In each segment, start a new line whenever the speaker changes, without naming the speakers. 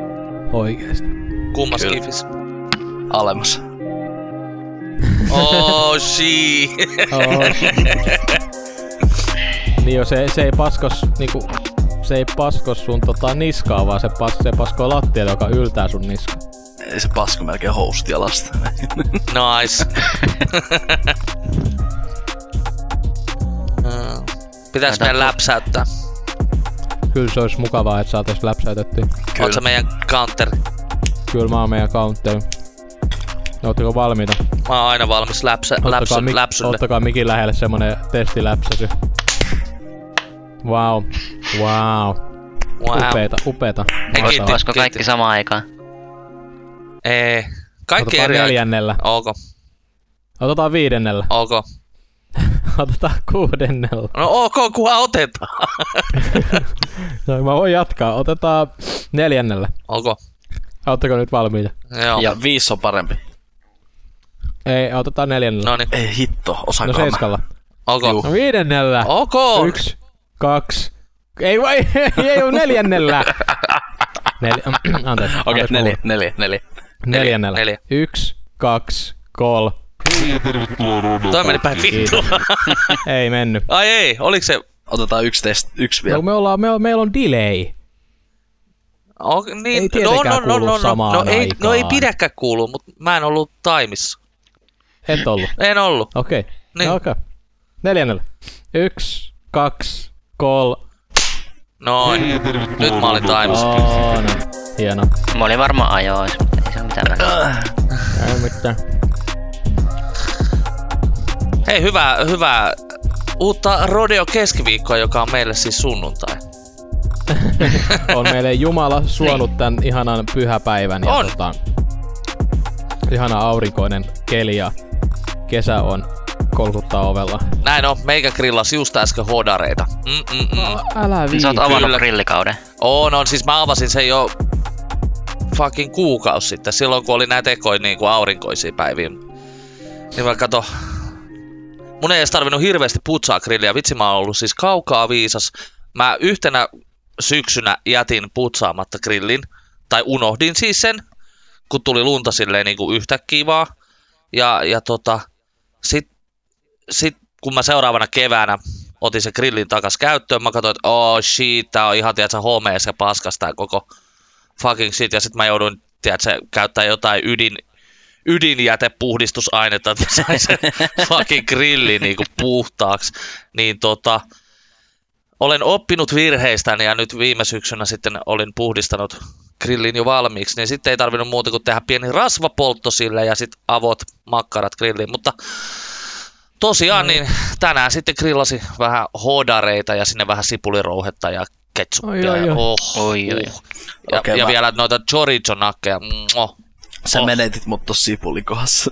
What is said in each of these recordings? Oikeesti.
Kummas
Kyllä.
kifis?
Alemmas.
Oh, she.
niin jo, se, se ei paskos niinku, se ei paskos sun tota niskaa, vaan se, pas, se paskoo lattialle, joka yltää sun niskaan.
Ei se paska melkein housut jalasta.
Nice. Mm. Pitäis meidän läpsäyttää.
Kyllä se olisi mukavaa, että saatais läpsäytettyä.
Oot sä meidän counter?
Kyllä mä oon meidän counteri. Ootteko valmiita?
Mä oon aina valmis läpsä, läpsy,
mik-
läpsylle.
ottakaa mikin lähelle semmonen testiläpsäsy. Wow. Wow.
Wow.
Upeeta, upeeta.
Hei,
Mahtavaa.
kiitti.
Olisiko kaikki samaan aikaan?
Ei. Kaikki
Otetaan
eri aikaa.
neljännellä.
Ok,
Otetaan viidennellä.
ok.
Otetaan kuudennella.
No ok, kunhan otetaan.
No, mä voin jatkaa. Otetaan neljännellä.
Ok,
Ootteko nyt valmiita?
joo.
Ja viisi on parempi.
Ei, otetaan neljännellä.
Noniin,
Ei hitto,
No, no
osaanko mä?
seiskalla.
ok.
Juu.
No viidennellä.
Ok.
Yksi, kaksi. Ei vai, ei, ei oo neljännellä. Neljä, anteeksi.
Okei,
anteeksi
neljä,
mulle.
neljä, neljä.
Neljännellä.
neljä.
Yksi, kaksi, kolme.
Toi meni päin vittu.
Ei mennyt.
Ai ei, oliks se...
Otetaan yksi, test, yksi vielä.
No, me ollaan, me, meillä on delay.
Ok, niin,
Ei
no,
tietenkään
no, no,
kuulu
no, no,
samaan
no, ei, no ei
aikaan.
pidäkään kuulu, mut mä en ollut taimissa.
Et ollut.
En ollut.
Okei. Okay.
Niin.
No, okei. Okay. Neljännellä. Yksi, kaksi, kolme.
Noin. No, Nyt mä olin taimissa.
Oh, no. Hieno.
Mä olin varmaan ajois, mutta ei se ole mitään
Niin,
väliä.
Ei mitään.
Hei, hyvää, hyvää uutta rodeo keskiviikkoa, joka on meille siis sunnuntai.
On meille Jumala suonut tän ihanan pyhäpäivän. Ja
Niin. On.
Tota, ihana aurinkoinen keli ja kesä on kolkuttaa ovella.
Näin on, meikä grillas just äsken hodareita. Mm, mm, mm.
Älä
Sä oot
viitti.
avannut
kyllä.
grillikauden.
On, on, siis mä avasin sen jo fucking kuukausi sitten, silloin kun oli näitä ekoja niin kuin aurinkoisia päiviä. Niin mä kato, mun ei edes tarvinnut hirveästi putsaa grilliä, vitsi mä oon ollut siis kaukaa viisas. Mä yhtenä syksynä jätin putsaamatta grillin, tai unohdin siis sen, kun tuli lunta silleen niin kuin yhtäkkiä vaan. Ja, ja tota, sit, sit kun mä seuraavana keväänä otin sen grillin takas käyttöön, mä katsoin, että oh shit, tää on ihan tiedätkö, homeessa ja paskas tää koko fucking shit. Ja sit mä jouduin tiedätkö, käyttää jotain ydin, ydinjätepuhdistusainetta, että sain sen fucking grillin niinku puhtaaksi. Niin tota, olen oppinut virheistäni ja nyt viime syksynä sitten olin puhdistanut grillin jo valmiiksi, niin sitten ei tarvinnut muuta kuin tehdä pieni rasvapoltto sille ja sitten avot makkarat grilliin, mutta
Mm.
tosiaan niin tänään sitten grillasi vähän hodareita ja sinne vähän sipulirouhetta ja ketsuppia.
Oi, oi,
ja,
oi.
oh,
Oi, oi.
uh. ja,
Okei,
ja
mä-
vielä noita chorizo-nakkeja. Mwah.
Sä
Oh.
menetit mut tossa sipulikohdassa.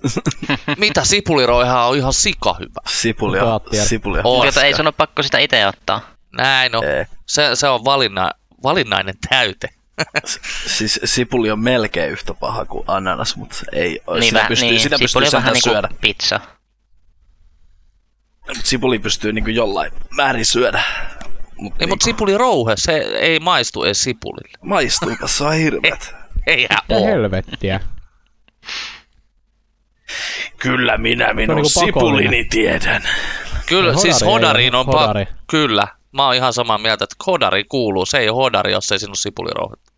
Mitä sipuliroihaa on ihan sika hyvä.
Sipuli on,
Mutta tiedät.
sipuli on.
On.
Jota ei sun ole pakko sitä itse ottaa.
Näin on.
Ei.
Se, se on valinna, valinnainen täyte.
Siis sipuli on melkein yhtä paha kuin ananas, mutta ei.
Niin,
sitä
vähän,
pystyy,
niin
sitä pystyy
sipuli on vähän
sentään
niinku
syödä.
pizza.
Mut sipuli pystyy niinku jollain määrin syödä. Mut
Ei,
niinku,
mutta Niin, sipulirouhe, se ei maistu edes sipulille.
maistuupas, se on hirveet.
Eihän
Mitä
oo.
helvettiä?
Kyllä minä minun
niinku pakollinen.
sipulini tiedän.
Kyllä,
No,
siis
hodari ei
hodariin
oo
on
hodari.
hodari. Kyllä, mä oon ihan samaa mieltä, että hodari kuuluu. Se ei ole hodari, jos ei sinun sipulirouhetta.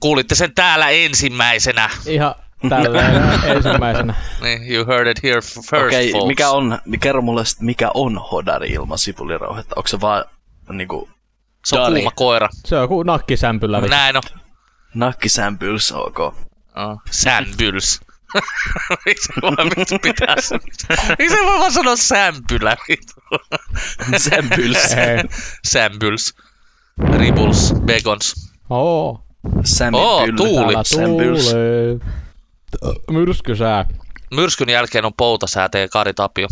Kuulitte sen täällä ensimmäisenä.
Ihan tälleen ensimmäisenä.
Niin, you heard it here f- first,
Okei,
folks.
mikä on, kerro mulle sit, mikä on hodari ilman sipulirauhetta? Onko se vaan niinku
Se on
Dari?
kuuma koira.
Se on joku nakkisämpylä. vittu.
Näin on.
nakkisämpyls, ok?
Oh. Sämpyls. Miksi vaan vittu pitää sen? Miksi mä vaan sanoa sämpylä? vittu?
Sämpyls.
Ei.
Sämpyls. Ribuls. Begons.
Oo.
Sämi
Oo,
pyl-
tuuli.
Täällä
Sämpyls.
tuulee. Myrskysää.
Myrskyn jälkeen on poutasääte ja Kari Tapio.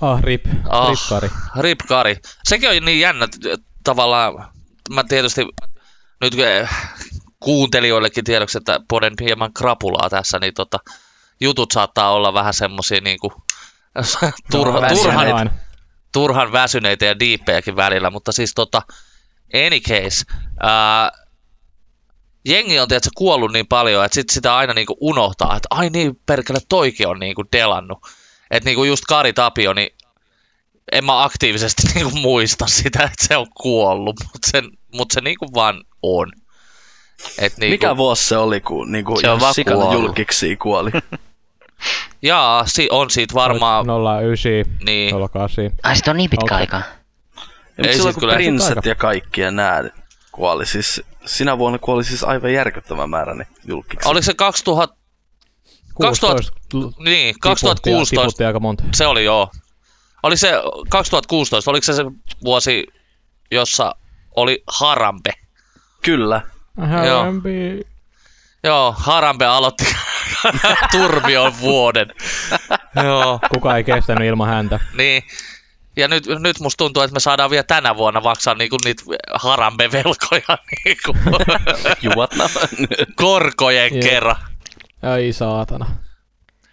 Ah, rip.
Ah.
Rippari.
Rip Kari. Sekin on niin jännä t- tavallaan. Mä tietysti nyt eh, kuuntelijoillekin tiedoksi, että poden hieman krapulaa tässä, niin tota, jutut saattaa olla vähän semmosia niinku turha,
vähän
turhan,
väsyneitä.
Turhan.
turhan väsyneitä ja diippejäkin välillä, mutta siis tota, any case, ää, jengi on tiedätkö, kuollut niin paljon, että sit sitä aina niinku unohtaa, että ai niin perkele toikin on niinku delannut. Että niinku just Kari Tapio, niin en mä aktiivisesti niinku muista sitä, että se on kuollut, mutta se, mut se niinku vaan on. Et niinku,
Mikä vuosi se oli, kun niinku
Se on
ihan
vaan
sikana
kuollut.
julkiksi kuoli?
Jaa, si- on siitä varmaan, no,
09,
niin.
08.
Ai sit on niin pitkä
Onko?
aika.
Ja Ei
Ei
silloin
sit
kun
kyllä-
prinsset
Aika-
ja kaikki ja nää kuoli siis, sinä vuonna kuoli siis aivan järkyttävä määrä ne julkiksi.
Oliko se 2000,
16
niin,
Tiputti,
2016,
tiputti aika monta.
se oli joo. Oli se 2016, oliko se se vuosi, jossa oli Harambe?
Kyllä.
Joo. Joo, Harambe aloitti Turmion vuoden. joo,
Kuka ei kestänyt ilman häntä.
niin. Ja nyt, nyt musta tuntuu, että me saadaan vielä tänä vuonna maksaa niinku niitä Harambe-velkoja niinku
Juvat nämä nyt.
korkojen
Joo.
kerran.
Ai saatana.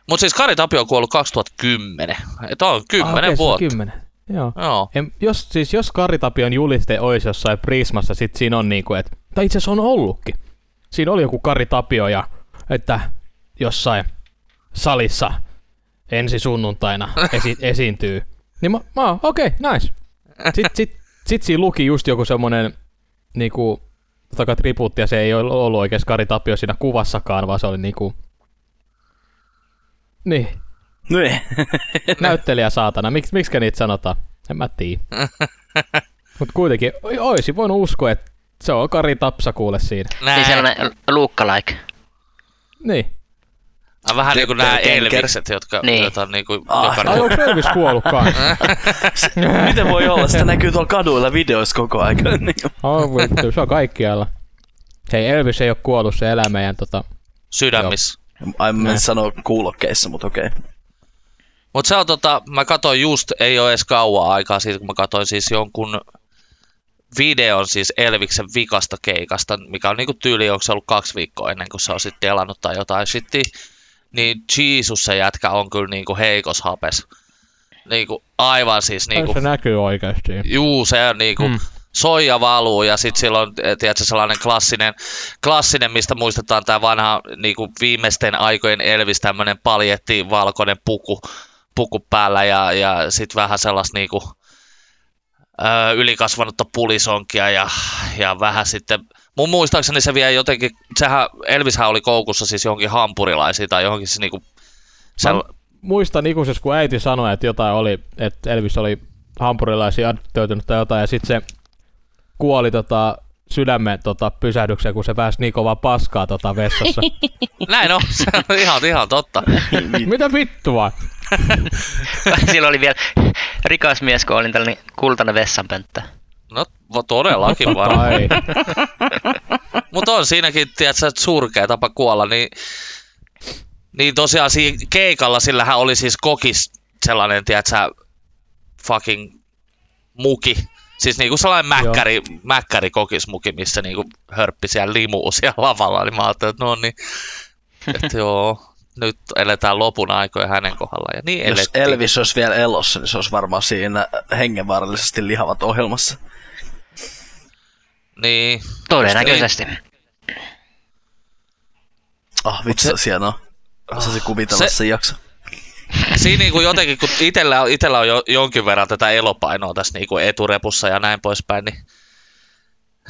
Mutta siis Kari Tapio on kuollut 2010. Että on 10
okei, se on
vuotta.
Kymmenen. Joo.
Joo.
En, jos, siis jos Karitapion juliste olisi jossain Prismassa, sit siinä on niinku, että, tai itse asiassa on ollutkin. Siinä oli joku Kari Tapio ja, että jossain salissa ensi sunnuntaina esi- esiintyy. Niin mä, mä oon, okei, okay, nice. Sitten sit, sit siinä luki just joku semmonen niinku, taka tribuutti ja se ei ole ollut oikeas Kari Tapio siinä kuvassakaan, vaan se oli niinku, niin,
Niin.
näyttelijä saatana, Miks, miksikä niitä sanotaan? En mä tiedä. Mut kuitenkin, oi- oisin voinut uskoa, että se on Kari Tapsa kuule siinä.
Näin.
Niin sellainen luukkalaik.
Niin.
Ah, Vähän niin kuin nämä
Doppelganger.
Elvikset, jotka,
Niin.
joita on niin kuin
Ah,
Ai
jokainen.
onko Elvis kuollut kans?
Miten voi olla? Sitä näkyy tuolla kaduilla videoissa koko ajan. Niin.
Ai vittu, se on kaikkialla. Hei, Elvis ei ole kuollut, se elää meidän tota...
sydämissä.
Ai
Niin.
mä
Nä.
en sano kuulokkeissa, mutta okei.
Mutta se on tota, mä katsoin just, ei ole edes kauan aikaa siitä, kun mä katsoin siis jonkun videon siis Elviksen vikasta keikasta, mikä on niinku tyyli, onko se ollut kaksi viikkoa ennen kuin se on sitten delannut tai jotain sitten, niin Jesus se jätkä on kyllä niinku heikos hapes. Niinku aivan siis
Niin
niinku,
Se näkyy oikeesti.
juu se on niinku,
Mm.
soija valuu ja sitten silloin eh, tiedätkö, sellainen klassinen, klassinen, mistä muistetaan tämä vanha niinku viimeisten aikojen Elvis, tämmöinen paljetti valkoinen puku, puku päällä ja, ja sitten vähän sellaista niinku, ö, ylikasvanutta pulisonkia ja, ja vähän sitten Mun muistaakseni se vielä jotenkin, sehän Elvishän oli koukussa siis johonkin hampurilaisiin tai johonkin se niinku, se,
Mä muistan ikuisesti, kun äiti sanoi, että jotain oli, että Elvis oli hampurilaisia addiktoitunut tai jotain, ja sitten se kuoli tota, sydämen tota, pysähdykseen, kun se pääsi niin kovaa paskaa tota, vessassa.
näin on, se on ihan, ihan totta.
Mitä vittua?
Silloin oli vielä rikas mies, kun olin tällainen kultainen vessanpönttö.
No todellakin varmaan.
Ai.
Mutta on siinäkin, tiedätkö, että surkea tapa kuolla, niin, niin tosiaan siinä keikalla sillähän oli siis kokis sellainen, tiedätkö, fucking muki. Siis niinku sellainen mäkkäri, mäkkäri kokismuki, missä niinku hörppi siellä limuu siellä lavalla, niin mä ajattelin, että no niin, että joo, nyt eletään lopun aikoja hänen kohdallaan. Ja niin
Jos
elettiin.
Elvis olisi vielä elossa, niin se olisi varmaan siinä hengenvaarallisesti lihavat ohjelmassa.
Niin,
Todennäköisesti.
Ah, vitsi, se olisi hienoa. Osasi kuvitella
Se-
se... sen jakso.
Siinä niinku jotenkin, kun itellä on, itellä on jo, jonkin verran tätä elopainoa tässä niinku eturepussa ja näin poispäin, niin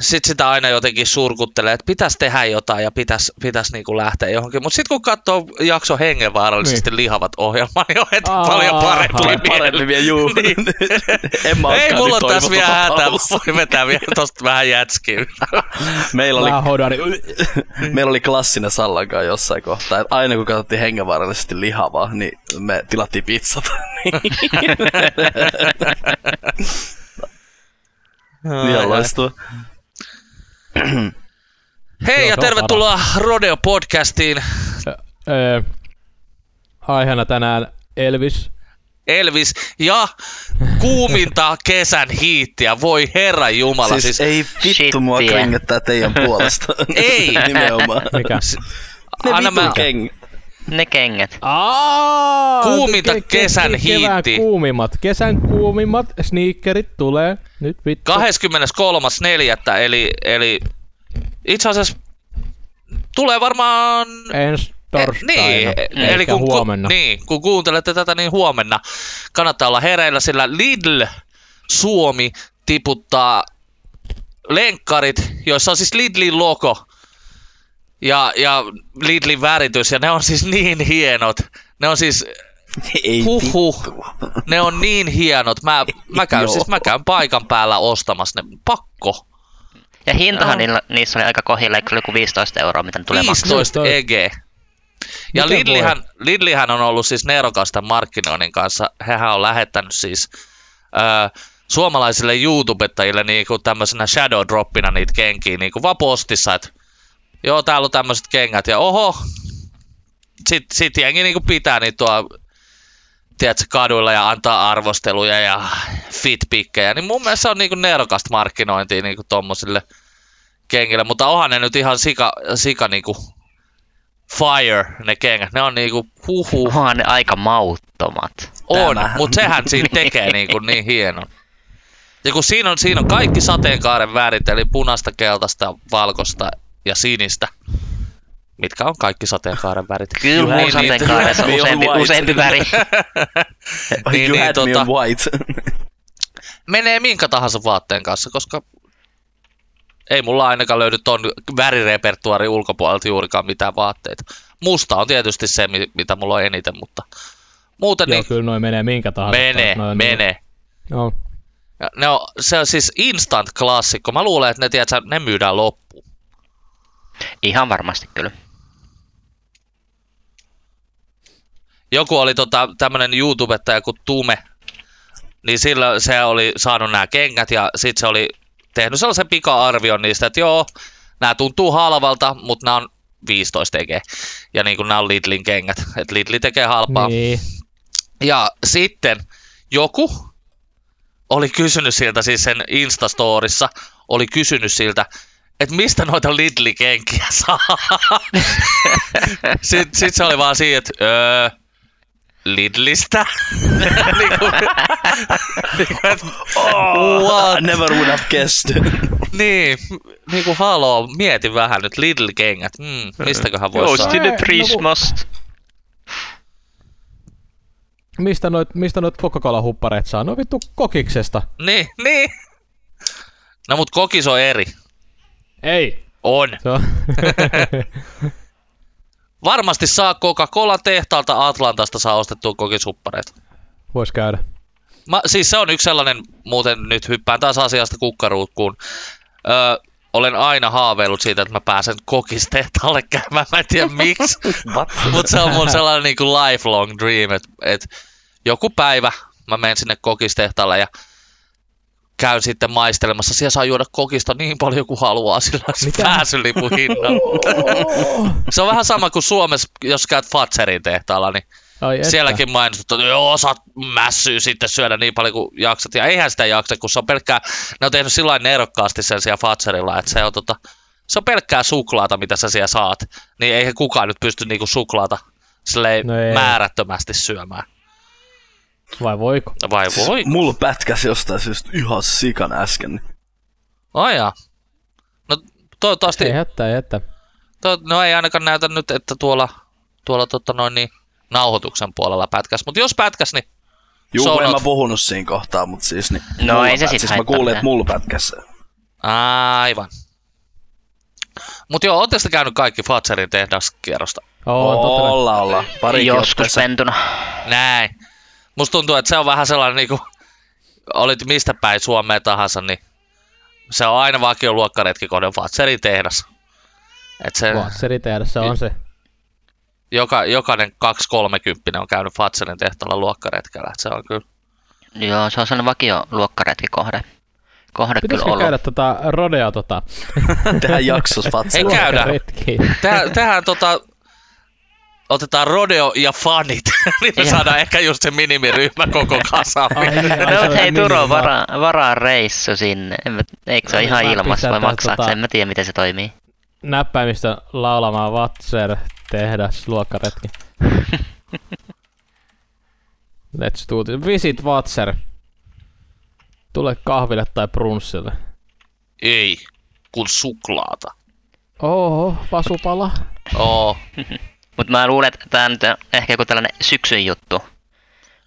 sitten sitä aina jotenkin surkuttelee, että pitäisi tehdä jotain ja pitäisi pitäis niinku lähteä johonkin. Mutta sitten kun katsoo jakso hengenvaarallisesti niin. lihavat ohjelman, niin on heti
Aa,
paljon
tulee
parempi
Parempi
mieli.
vielä, juu.
Niin.
en mä
Ei
olekaan
mulla
niin
on tässä vielä
toivoton
hätää,
paus.
voi vetää vielä tosta vähän jätskiä.
Meillä oli
Vähän hodari.
Meillä oli klassinen Sallankaan jossain kohtaa, että aina kun katsottiin hengenvaarallisesti lihavaa, niin me tilattiin Niin. pizzata. Ihan loistava.
Hei
Joo,
ja
se on
tervetuloa Rodeo Podcastiin.
Öö, aiheena tänään Elvis.
Elvis ja kuuminta kesän hiittiä, voi herra jumala.
Siis, siis ei vittu mua
Shittiä.
kengättää teidän puolesta.
Ei.
Nimenomaan.
Mikä?
Ne
Anna
vitun
mä-
keng. niin.
Ne kengät.
Aa,
Kuuminta kesän
kevään
hiitti.
kuumimmat. Kesän kuumimmat sneakerit tulee. Nyt vittu.
23.4. eli, eli itse asiassa Tulee varmaan... eh,
Ensi torstaina,
niin,
eikä
eli kun,
huomenna.
Ku, niin, kun kuuntelette tätä, niin huomenna kannattaa olla hereillä, sillä Lidl Suomi tiputtaa lenkkarit, joissa on siis Lidlin logo ja, ja Lidlin väritys, ja ne on siis niin hienot. Ne on siis
Ei
Huhhuh. Ne on niin hienot. Mä, mä, käyn,
Joo.
siis mä käyn paikan päällä ostamassa ne. Pakko.
Ja hintahan niillä, niissä oli aika kohilla, eikö se oli joku 15 euroa, mitä ne tulee maksaa?
15
Toi-
EG. Ja
Miten
E Lidlihän, Lidlihän on ollut siis nerokasta markkinoinnin kanssa. Hehän on lähettänyt siis ö, suomalaisille YouTubettajille niinku tämmöisenä shadow droppina niitä kenkiä niinku vaan postissa, että joo täällä on tämmöiset kengät ja oho, sit, sit jengi niinku pitää niitä tuolla tiedätkö, kaduilla ja antaa arvosteluja ja fitpikkejä, niin mun mielestä se on niinku nerokasta markkinointia niinku tommosille kengille, mutta onhan ne nyt ihan sika, sika niinku fire ne kengät, ne on niinku huhu
Onhan ne aika mauttomat.
on,
Tämähän.
mutta sehän siinä tekee niinku niin hienon. Ja kun siinä on, siinä on kaikki sateenkaaren värit, eli punaista, keltaista, valkoista ja sinistä, mitkä on kaikki sateenkaaren värit.
Kyllä
Juhani,
mun sateenkaaressa
niin,
useampi,
white.
useampi väri.
niin,
Niin,
you
niin,
had me
tota.
on white.
menee minkä tahansa vaatteen kanssa, koska ei mulla ainakaan löydy ton värirepertuaari ulkopuolelta juurikaan mitään vaatteita. Musta on tietysti se, mi- mitä mulla on eniten, mutta muuten
Joo,
niin
kyllä noin menee minkä tahansa.
menee,
Noi on
menee.
Niin, joo.
Ja Ne on, se on siis instant klassikko. Mä luulen, että ne, tiedätkö, ne myydään loppuun.
Ihan varmasti kyllä.
Joku oli tota, tämmönen YouTubettaja kuin Tume, niin sillä se oli saanut nämä kengät ja sitten se oli tehnyt sellaisen pika-arvion niistä, että joo, nämä tuntuu halvalta, mutta nämä on 15 tekee. Ja niin kuin nämä on Lidlin kengät, että Lidli tekee halpaa.
Niin.
Ja sitten joku oli kysynyt siltä, siis sen Instastorissa, oli kysynyt siltä, että mistä noita Lidli-kenkiä saa. sitten sit se oli vaan siinä, että öö, Lidlistä. niin kuin, niin kuin, että,
Oh,
what?
I never would have guessed.
Niin, niin kuin haloo, mieti vähän nyt Lidl-kengät. Mm, mistäköhän voisi saada?
sit- Ei, no kun-
Christmas.
Mistä noit, mistä noit Coca-Cola-huppareet saa? No vittu kokiksesta.
Niin, niin. No mut kokis on eri.
Ei.
On.
Se on.
Varmasti saa Coca-Cola tehtaalta Atlantasta saa ostettua kokisuppareita.
Vois käydä.
Mä, siis se on yksi sellainen, muuten nyt hyppään taas asiasta kukkaruukkuun. Öö, olen aina haaveillut siitä, että mä pääsen kokistehtaalle käymään, mä en tiedä miksi.
What?
Mutta se on mun sellainen niinku lifelong dream, että et joku päivä mä menen sinne kokistehtaalle ja käyn sitten maistelemassa. Siellä saa juoda kokista niin paljon kuin haluaa sillä pääsylipun hinnalla. se on vähän sama kuin Suomessa, jos käyt Fatserin tehtaalla, niin
Ai että.
Sielläkin mainittu, että joo, saat mässyä sitten syödä niin paljon kuin jaksat. Ja eihän sitä jaksa, kun se on pelkkää, ne on tehnyt sillä lailla nerokkaasti sen siellä Fatserilla, että se on, tota, se on pelkkää suklaata, mitä sä siellä saat. Niin eihän kukaan nyt pysty niinku suklaata silleen
No
no
ei.
määrättömästi syömään.
Vai voiko?
Vai voi?
Siis mulla pätkäsi jostain syystä ihan sikan äsken.
Ajaa. No toivottavasti,
Ei hätää, ei hätää.
to, no ei ainakaan näytä nyt, että tuolla, tuolla totta noin niin, nauhoituksen puolella pätkäs. Mutta jos pätkäs, niin
Juu,
So
kun en
not.
mä puhunut siinä kohtaa, mutta siis niin,
No
mulla
ei se sit
pätkäs. Mä
haittaa
kuulin,
mitään.
että mulla pätkäsi.
Aivan. Mut joo, ootteko te käynyt kaikki Fatserin tehdaskierrosta?
Oo, totta kai.
Olla, olla. Pari
Joskus pentuna.
Näin. Musta tuntuu, että se on vähän sellainen niinku, olit mistä päin Suomea tahansa, niin se on aina vakio luokkaretki kohden Fatserin tehdas. Et
Eh.
se,
Vatseri tehdä, se on se.
joka, jokainen 230 on käynyt Fatserin tehtaalla luokkaretkellä. Et se on kyllä.
Joo, se on sellainen vakio luokkaretkikohde. Kohde kyllä
Pitäisikö
ollut.
käydä tota rodea tota?
Tehdään jaksos
Ei
Fatsella.
käydä.
Retki.
Tehdään, tehdään tota, otetaan rodeo ja fanit, niin me
Joo.
saadaan ehkä just se minimiryhmä koko kasaan.
niin,
No mut hei Turo, varaa, varaa reissu sinne. En mä, eikö se ole
Mä-
ihan
mä
ilmasta vai
pistän tää
maksaa?
tota-
En mä tiedä miten se toimii.
Näppäimistä laulamaan Vatser tehdas luokkaretki. Let's do it. Visit Vatser. Tule kahville tai brunssille.
Ei, kun suklaata.
Oho, vasupala.
Oo.
Mutta mä luulen, että tämä nyt on ehkä joku tällainen syksyn juttu.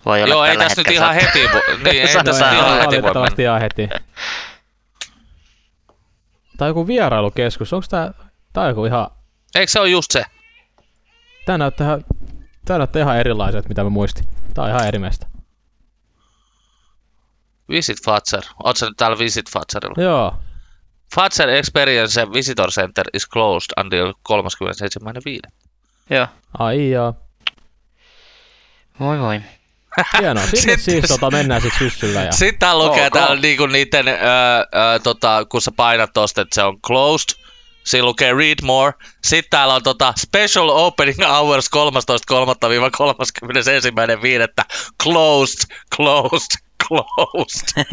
Voi olla
Joo, ei
tällä
tässä nyt
hetkellä
ihan
se-
heti voi... Niin, ei
Sä-
tässä
sä-
nyt ihan heti voi mennä.
Valitettavasti ihan heti. Tai joku vierailukeskus, onks tää... Tää on joku ihan...
Eikö se ole just se?
Tää näyttää ihan... Tää näyttää ihan erilaiset, mitä mä muistin. Tää on ihan eri meistä.
Visit Fatser. Oot sä nyt täällä Visit Fatserilla?
Joo.
Fatser Experience Visitor Center is closed until 37.5.
Joo.
Ai joo.
Voi voi.
Hienoa. Sinne
Sitten-
siis tota, mennään sit syssyllä ja...
Sitten tää lukee
Ok.
täällä niinku niiden, ö, ö, tota, kun sä painat tosta, että se on closed. Siinä lukee read more. Sitten täällä on tota special opening hours 13.3.-31.5. Closed, closed, closed.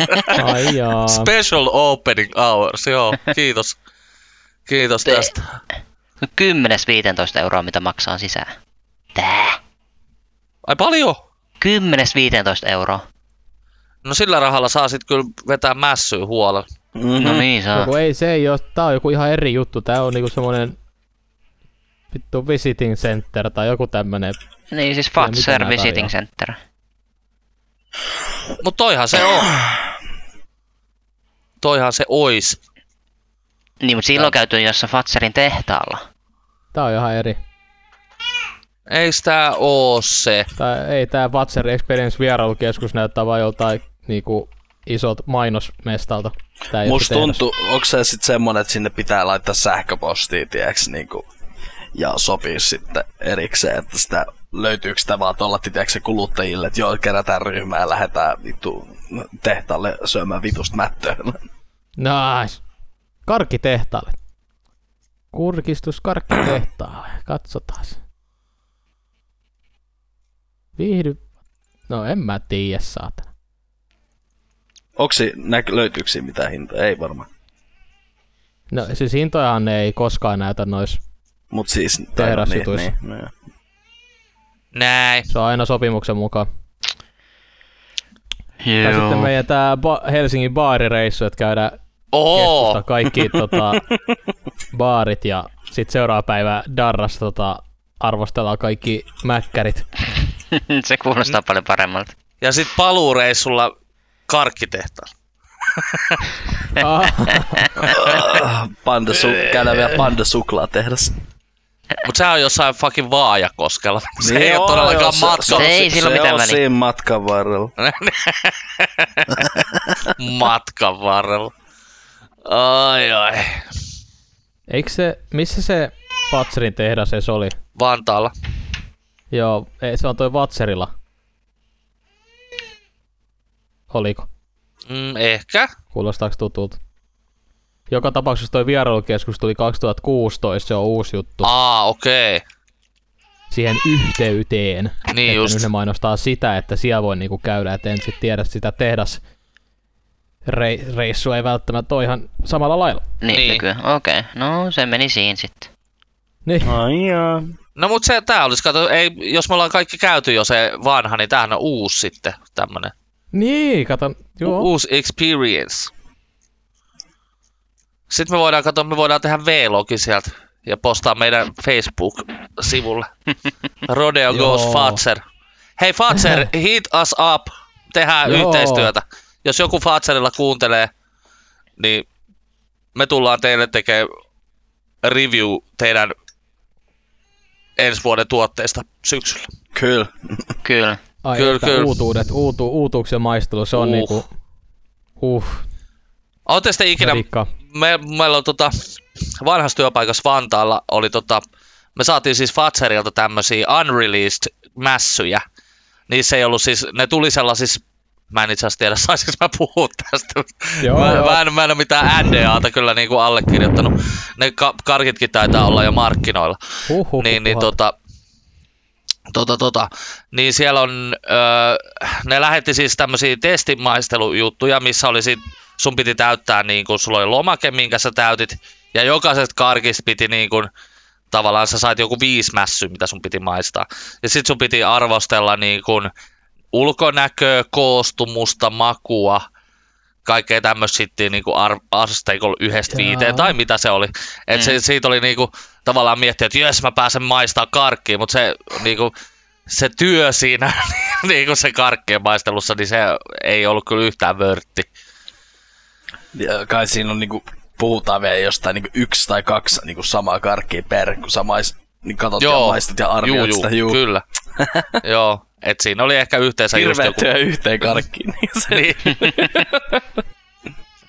Ai joo.
special opening hours, joo. Kiitos. Kiitos
Te-
tästä.
No 10-15 euroa, mitä maksaa sisään. Tää.
Ai paljon?
10-15 euroa.
No sillä rahalla saa sit kyllä vetää mässyä huolen.
Mm-hmm.
No niin saa.
Joku, ei se ei oo, tää on joku ihan eri juttu, tää on niinku semmonen vittu visiting center tai joku tämmönen.
Niin siis
Kyllä, mitä
Fatser
nää
Visiting
tarjoaa?
Center.
Mut toihan se on. Toihan se ois.
Niin, mutta silloin käyty jossain Fatserin tehtaalla.
Tää on ihan eri.
Eiks tää oo se?
Tää, ei tää Watcher Experience vierailukeskus näyttää vaan joltain niinku isot mainosmestalta. Tää ei oo se
Musta
tehdas.
tuntuu, onko se sitten semmonen, että sinne pitää laittaa sähköpostia, tiedäks, niinku, ja sopii sitten erikseen, että sitä löytyykö sitä vaan tuolla, tiedäks, kuluttajille, että joo, kerätään ryhmää ja lähdetään vittu tehtaalle syömään vitusta mättöä.
Nice. Karkkitehtaalle. Kurkistus karkkitehtaalle. Katsotaas. Viihdy... No en mä tiedä, saatana.
Onko nä- löytyykö siinä mitään hintaa? Ei varmaan.
No siis hintojahan ne ei koskaan näytä nois.
Mut siis...
Tehdasjutuissa.
Niin, niin, niin.
Näin.
Se on aina sopimuksen mukaan. Tai sitten meidän tää ba- Helsingin baarireissu, että käydään keskusta
Oo!
kaikki tota, baarit ja sitten seuraava päivä Darras tota, arvostellaan kaikki mäkkärit.
Se kuulostaa
Mm.
paljon paremmalta.
Ja sit paluureissulla karkkitehtaan.
Ah,
Panda su- käydään vielä panda suklaa tehdas.
Mut sehän on jossain fucking vaajakoskella. Se ei oo
Niin, Joo, joo,
todellakaan
se-
matka,
se- ei
si-
sillä mitään
on
väliä.
siinä matkan varrella.
matkan varrella. Ai ai.
Eikö se, missä se Patserin tehdas se oli?
Vantaalla.
Joo, ei, se on toi Vatserilla. Oliko?
Mm, ehkä.
Kuulostaako tutulta? Joka tapauksessa toi vierailukeskus tuli 2016, se on uusi juttu.
Aa, okei. Okay.
Siihen yhteyteen.
Niin
että
just.
nyt ne mainostaa sitä, että siellä voi niinku käydä, että en sit tiedä sitä tehdas rei- reissua ei välttämättä ole ihan samalla lailla.
Niin,
Niin.
niin. nykyään. Okei, okay. no se meni siinä sitten.
Niin,
Ai jaa.
No mut se tää olisi, kato, ei, jos me ollaan kaikki käyty jo se vanha, niin tämähän on uusi sitten, tämmönen.
niin kato, joo.
U- uusi experience. Sitten me voidaan katsoa, me voidaan tehdä V-logi sieltä ja postaa meidän Facebook-sivulle. Rodeo
Joo.
Goes Fatser. Hei Fatser, hit us up. Tehdään
Joo.
yhteistyötä. Jos joku Fatserilla kuuntelee, niin me tullaan teille tekemään review teidän ensi vuoden tuotteista syksyllä.
Kyllä.
Kyllä.
Ai
Kyllä,
kyllä, että
kyllä.
uutuudet, uutu, uutuuksien maistelu, se on
Uh.
uh. niinku... Uh,
Ootte sitten ikinä
Rikka.
me, meillä on tota, vanhassa työpaikassa Vantaalla oli tota, me saatiin siis Fatserilta tämmöisiä unreleased mässyjä. Niissä ei ollut siis, ne tuli sellaisissa, mä en itse asiassa tiedä, saisinko mä puhua tästä.
Joo,
mä,
joo.
Mä, en, mä en ole mitään NDAta kyllä niinku allekirjoittanut. Ne ka- karkitkin taitaa olla jo markkinoilla
huh, huh,
niin, niin tota, tota, tota, niin siellä on, öö, ne lähetti siis tämmöisiä testimaistelujuttuja, missä oli sit, sun piti täyttää niin kun sulla oli lomake, minkä sä täytit, ja jokaisesta karkista piti niin kun, tavallaan sä sait joku viisi mässyä, mitä sun piti maistaa. Ja sit sun piti arvostella niin kun, ulkonäköä, koostumusta, makua, kaikkea tämmöistä sitten niinku ar- asteikolla yhdestä
Jaa.
viiteen tai mitä se oli. Et
Mm.
se, siitä oli niinku tavallaan miettiä, että jes mä pääsen maistaa karkkiin, mutta se niinku, se työ siinä niinku se karkkien maistelussa, niin se ei ollut kyllä yhtään vörtti.
Ja kai siinä on niinku, puhutaan vielä jostain niinku yksi tai kaksi niinku samaa karkkia per, kun sä mais, niin katot ja maistat ja arvioit
juu,
sitä.
juu,
Juu,
kyllä. joo, et siinä oli ehkä yhteensä just
Hirveä
joku...
työ yhteen karkkiin. Niin se,
Niin.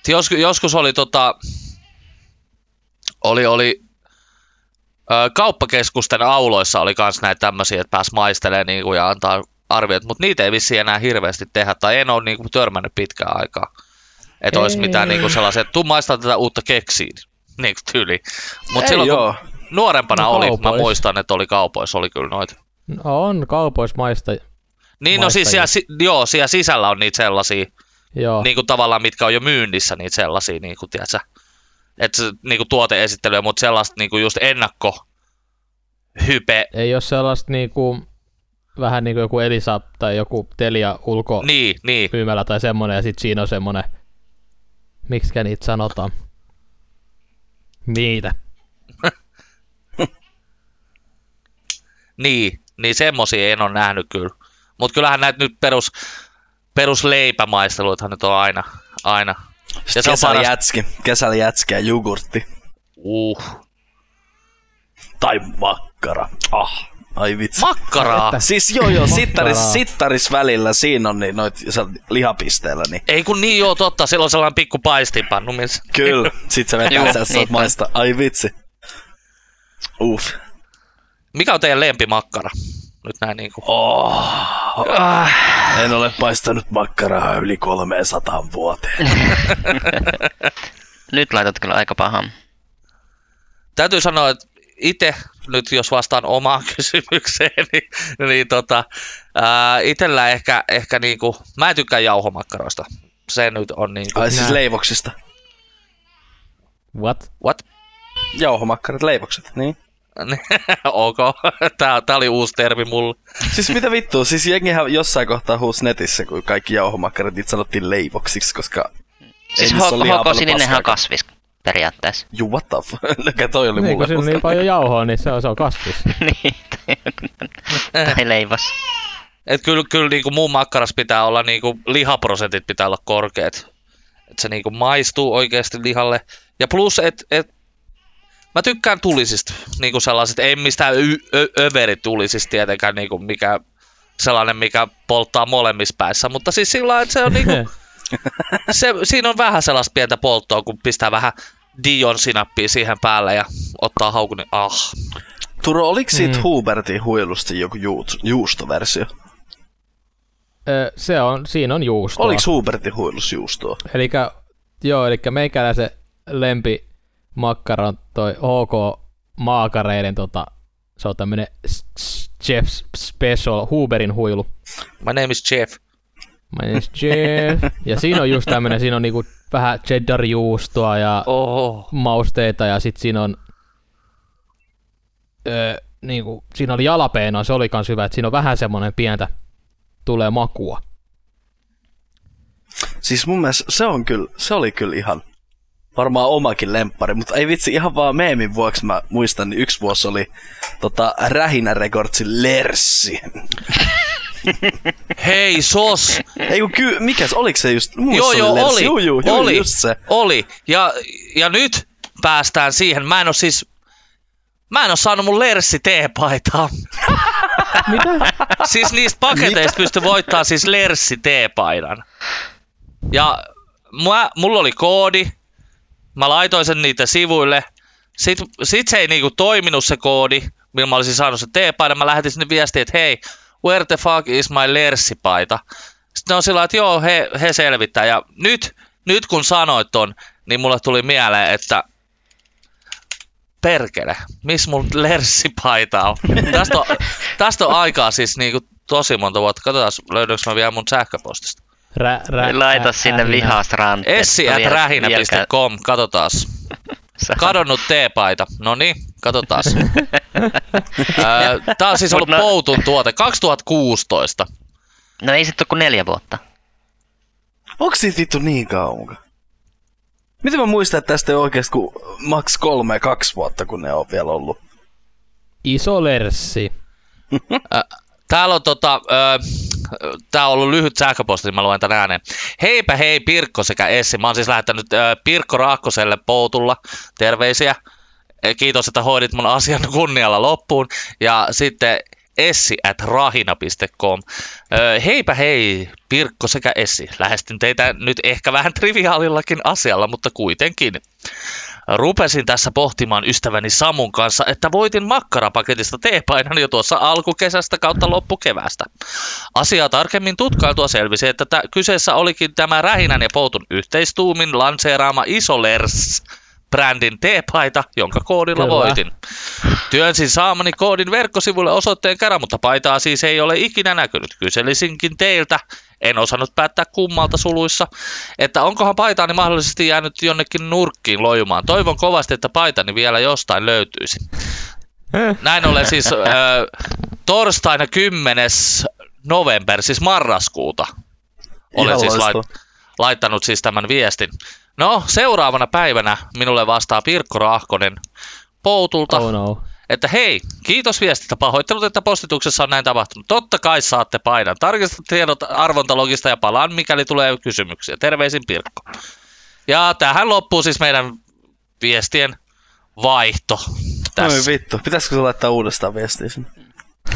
Jos, joskus oli tota, oli, oli ö, kauppakeskusten auloissa oli kans näitä tämmöisiä, että pääs maistelee niinku ja antaa arviot, mutta niitä ei vissiin enää hirveästi tehdä, tai en ole niinku törmännyt pitkään aikaa. Että olisi
Ei.
mitään niinku sellaisia, että tuu maistaa tätä uutta keksiin, niinku tyyli. Mutta
Ei
silloin kun
joo.
nuorempana
No
no, oli, mä
kaupoissa.
muistan, että oli kaupoissa, oli kyllä noita.
No on kaupoismaista.
Niin no siis
Maistajia.
siellä, si- joo, siellä sisällä on niitä sellaisia,
Joo.
niin kuin tavallaan mitkä on jo myynnissä, niin sellaisia, niin kuin, tiedätkö, että niin kuin tuoteesittelyä, mutta sellaista niin kuin just ennakko hype,
Ei ole sellaista niinku, vähän niinku joku Elisa tai joku Telia ulko
niin, niin,
myymälä tai semmonen, ja sit siinä on semmonen, miksikä niitä sanotaan. Niitä.
niin, niin semmosia en ole nähnyt kyllä. Mutta kyllähän näitä nyt perus, perusleipämaisteluithan nyt on aina, aina. Ja
Sitten
se on
kesällä
paras.
jätski. Kesällä jätski ja jogurtti.
Uh,
Tai makkara. Ah. Ai vitsi.
makkaraa!
Että-
Siis joo joo, sittaris,
Makkaraa.
sittaris välillä siinä on niin noit sä oot lihapisteellä, niin
Ei kun niin joo, totta, siellä on sellainen pikku paistinpannu, missä
kyllä. Sit sä
Juu,
vetää sä saat
Niin.
niinpä.
maista. Ai vitsi. Uff.
Mikä on teidän lempimakkara? Nyt näin niinku.
Oh. En ole paistanut makkaraa yli 300 vuoteen.
Nyt laitat kyllä aika pahan.
Täytyy sanoa, että itse nyt jos vastaan omaan kysymykseen, niin, niin tota, ää, itellä ehkä, ehkä niinku, mä en tykkää jauhomakkaroista. Se nyt on niinku,
Ai siis
Nää.
leivoksista.
What?
what?
Jauhomakkarat, leivokset, niin.
ok, tää, tää oli uusi termi mulle.
Siis mitä vittua, siis jengihän jossain kohtaa huus netissä, kun kaikki jauhomakkarat niitä sanottiin leivoksiksi, koska...
Siis
niissä ole lihaa
HK
paljon
sininenhän on
paskaakaan.
kasvis periaatteessa.
Juu, what the fuck? Mikä toi oli
Niin,
mulle?
kun siinä on niin paljon jauhoa, niin se on, se on kasvis.
niin, tai, tai leivas.
Et kyllä, kyllä niinku muun makkaras pitää olla, niinku, lihaprosentit pitää olla korkeat. Että se niinku maistuu oikeasti lihalle. Ja plus, että et, mä tykkään tulisista. Niinku sellaiset, ei mistään y- ö- överitulisista tietenkään, niinku mikä, sellainen, mikä polttaa molemmissa päissä. Mutta siis sillä lailla, että se on niinku, se, siinä on vähän sellaista pientä polttoa, kun pistää vähän Dion sinappia siihen päälle ja ottaa haukun, niin ah.
Turo, oliko siitä
Mm.
mm. Hubertin huilusta joku juut, juustoversio?
Ö, se on, siinä on juustoa.
Oliko Hubertin huilus juustoa?
Elikkä, joo, elikkä meikäläisen lempi makkara on toi HK Maakareiden tota, se on tämmönen s- s- Jeff's Special, Huberin huilu.
My name is Jeff.
My name is Jeff. ja siinä on just tämmönen, siinä on niinku vähän cheddar-juustoa ja
Oho.
mausteita ja sit siinä on öö, niinku, siinä oli jalapeeno, se oli kans hyvä, että siinä on vähän semmonen pientä tulee makua.
Siis mun mielestä se, on kyllä, se oli kyllä ihan varmaan omakin lemppari, mutta ei vitsi, ihan vaan meemin vuoksi mä muistan, niin yksi vuosi oli tota, Rähinä Recordsin Lerssi.
Hei sos!
Ei kun ky- mikäs, oliko se just, mun
Joo, joo,
mielestä se Lersi.
oli,
Juu, juu, juu,
oli,
just se.
oli. Ja, ja nyt päästään siihen. Mä en oo siis... Mä en oo saanut mun lerssi teepaitaa.
Mitä?
Siis niistä paketeista pysty voittaa siis lerssi teepaidan. Ja mä, mulla oli koodi. Mä laitoin sen niitä sivuille. Sitten sit se ei niinku toiminut se koodi, millä mä olisin saanut sen teepaidan. Mä lähetin sinne viestiä, että hei, where the fuck is my lerssipaita? Sitten ne on sillä lailla, että joo, he, he selvittää. Ja nyt, nyt kun sanoit ton, niin mulle tuli mieleen, että perkele, missä mun lerssipaita on? Tästä on, tästä on aikaa siis niinku tosi monta vuotta. Katsotaan, löydänkö mä vielä mun sähköpostista.
Rä, rä,
Laita
ä-
sinne No
ähinä.
lihasranteet.
Essi at rähinä.com, katsotaas. Kadonnut teepaita. No niin, katsotaas. Öö, Tää on siis ollut
Mut no-
Poutun tuote 2016.
No ei sit oo kuin neljä vuotta.
Onks siitä vittu niin kauan? Miten mä muistan, että tästä ei oikeesti kuin maks kolme ja kaksi vuotta, kun ne on vielä ollut.
Iso lerssi.
Täällä on tota, ö, tää on ollut lyhyt sähköposti, niin mä luen tän ääneen. Heipä hei Pirkko sekä Essi. Mä oon siis lähettänyt ö, Pirkko Raakkoselle Poutulla terveisiä. E, Kiitos, että hoidit mun asian kunnialla loppuun. Ja sitten essi at rahina.com. Ö, heipä hei, Pirkko sekä Essi. Lähestyn teitä nyt ehkä vähän triviaalillakin asialla, mutta kuitenkin. Rupesin tässä pohtimaan ystäväni Samun kanssa, että voitin makkarapaketista teepainan jo tuossa alkukesästä kautta loppukeväästä. Asiaa tarkemmin tutkailtua selvisi, että tä- kyseessä olikin tämä Rähinän ja Poutun yhteistuumin lanseeraama Isolers brändin teepaita, jonka koodilla
Kyllä.
voitin. Työnsin saamani koodin verkkosivulle osoitteen kerran, mutta paitaa siis ei ole ikinä näkynyt. Kyselisinkin teiltä, en osannut päättää kummalta suluissa, että onkohan paitaani mahdollisesti jäänyt jonnekin nurkkiin lojumaan. Toivon kovasti, että paitani vielä jostain löytyisi. Näin ollen siis ö, torstaina 10. november, siis marraskuuta, olen
Ihan
siis
loistava.
lait, laittanut siis tämän viestin. No, seuraavana päivänä minulle vastaa Pirkko Rahkonen Poutulta
Oh no.
että hei, kiitos viestistä, pahoittelut, että postituksessa on näin tapahtunut. Totta kai saatte painan. Tarkista tiedot arvontalogista ja palaan, mikäli tulee kysymyksiä. Terveisin Pirkko. Ja tähän loppuu siis meidän viestien vaihto
Tässä.
tässä.
Oi vittu, pitäisikö se laittaa uudestaan viestiä sinne?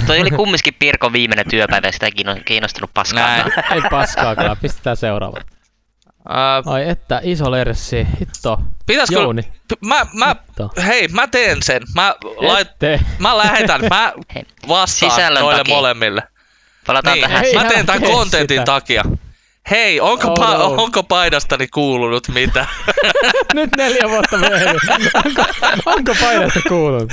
Toi oli kumminkin Pirkon viimeinen työpäivä, ja sitä ei kiinno- kiinnostanut paskaa.
Näin.
Ei paskaakaan, pistetään seuraava.
Äh,
Ai että, iso lerssi. Hitto.
pitäisikö...
Ah, Jouni.
P- Mä, mä,
Hitto.
hei, mä teen sen. Mä, lait,
Ette.
mä lähetän, mä
Hei.
vastaan
Sisällön
noille
takia.
molemmille.
Palataan
Niin,
tähän.
Hei,
mä teen
älä
tämän
tee
kontentin
sitä.
takia. Hei, onko,
Oh
pa-
no.
onko paidastani kuulunut mitä?
Nyt neljä vuotta myöhemmin. Onko, onko painetta kuulunut?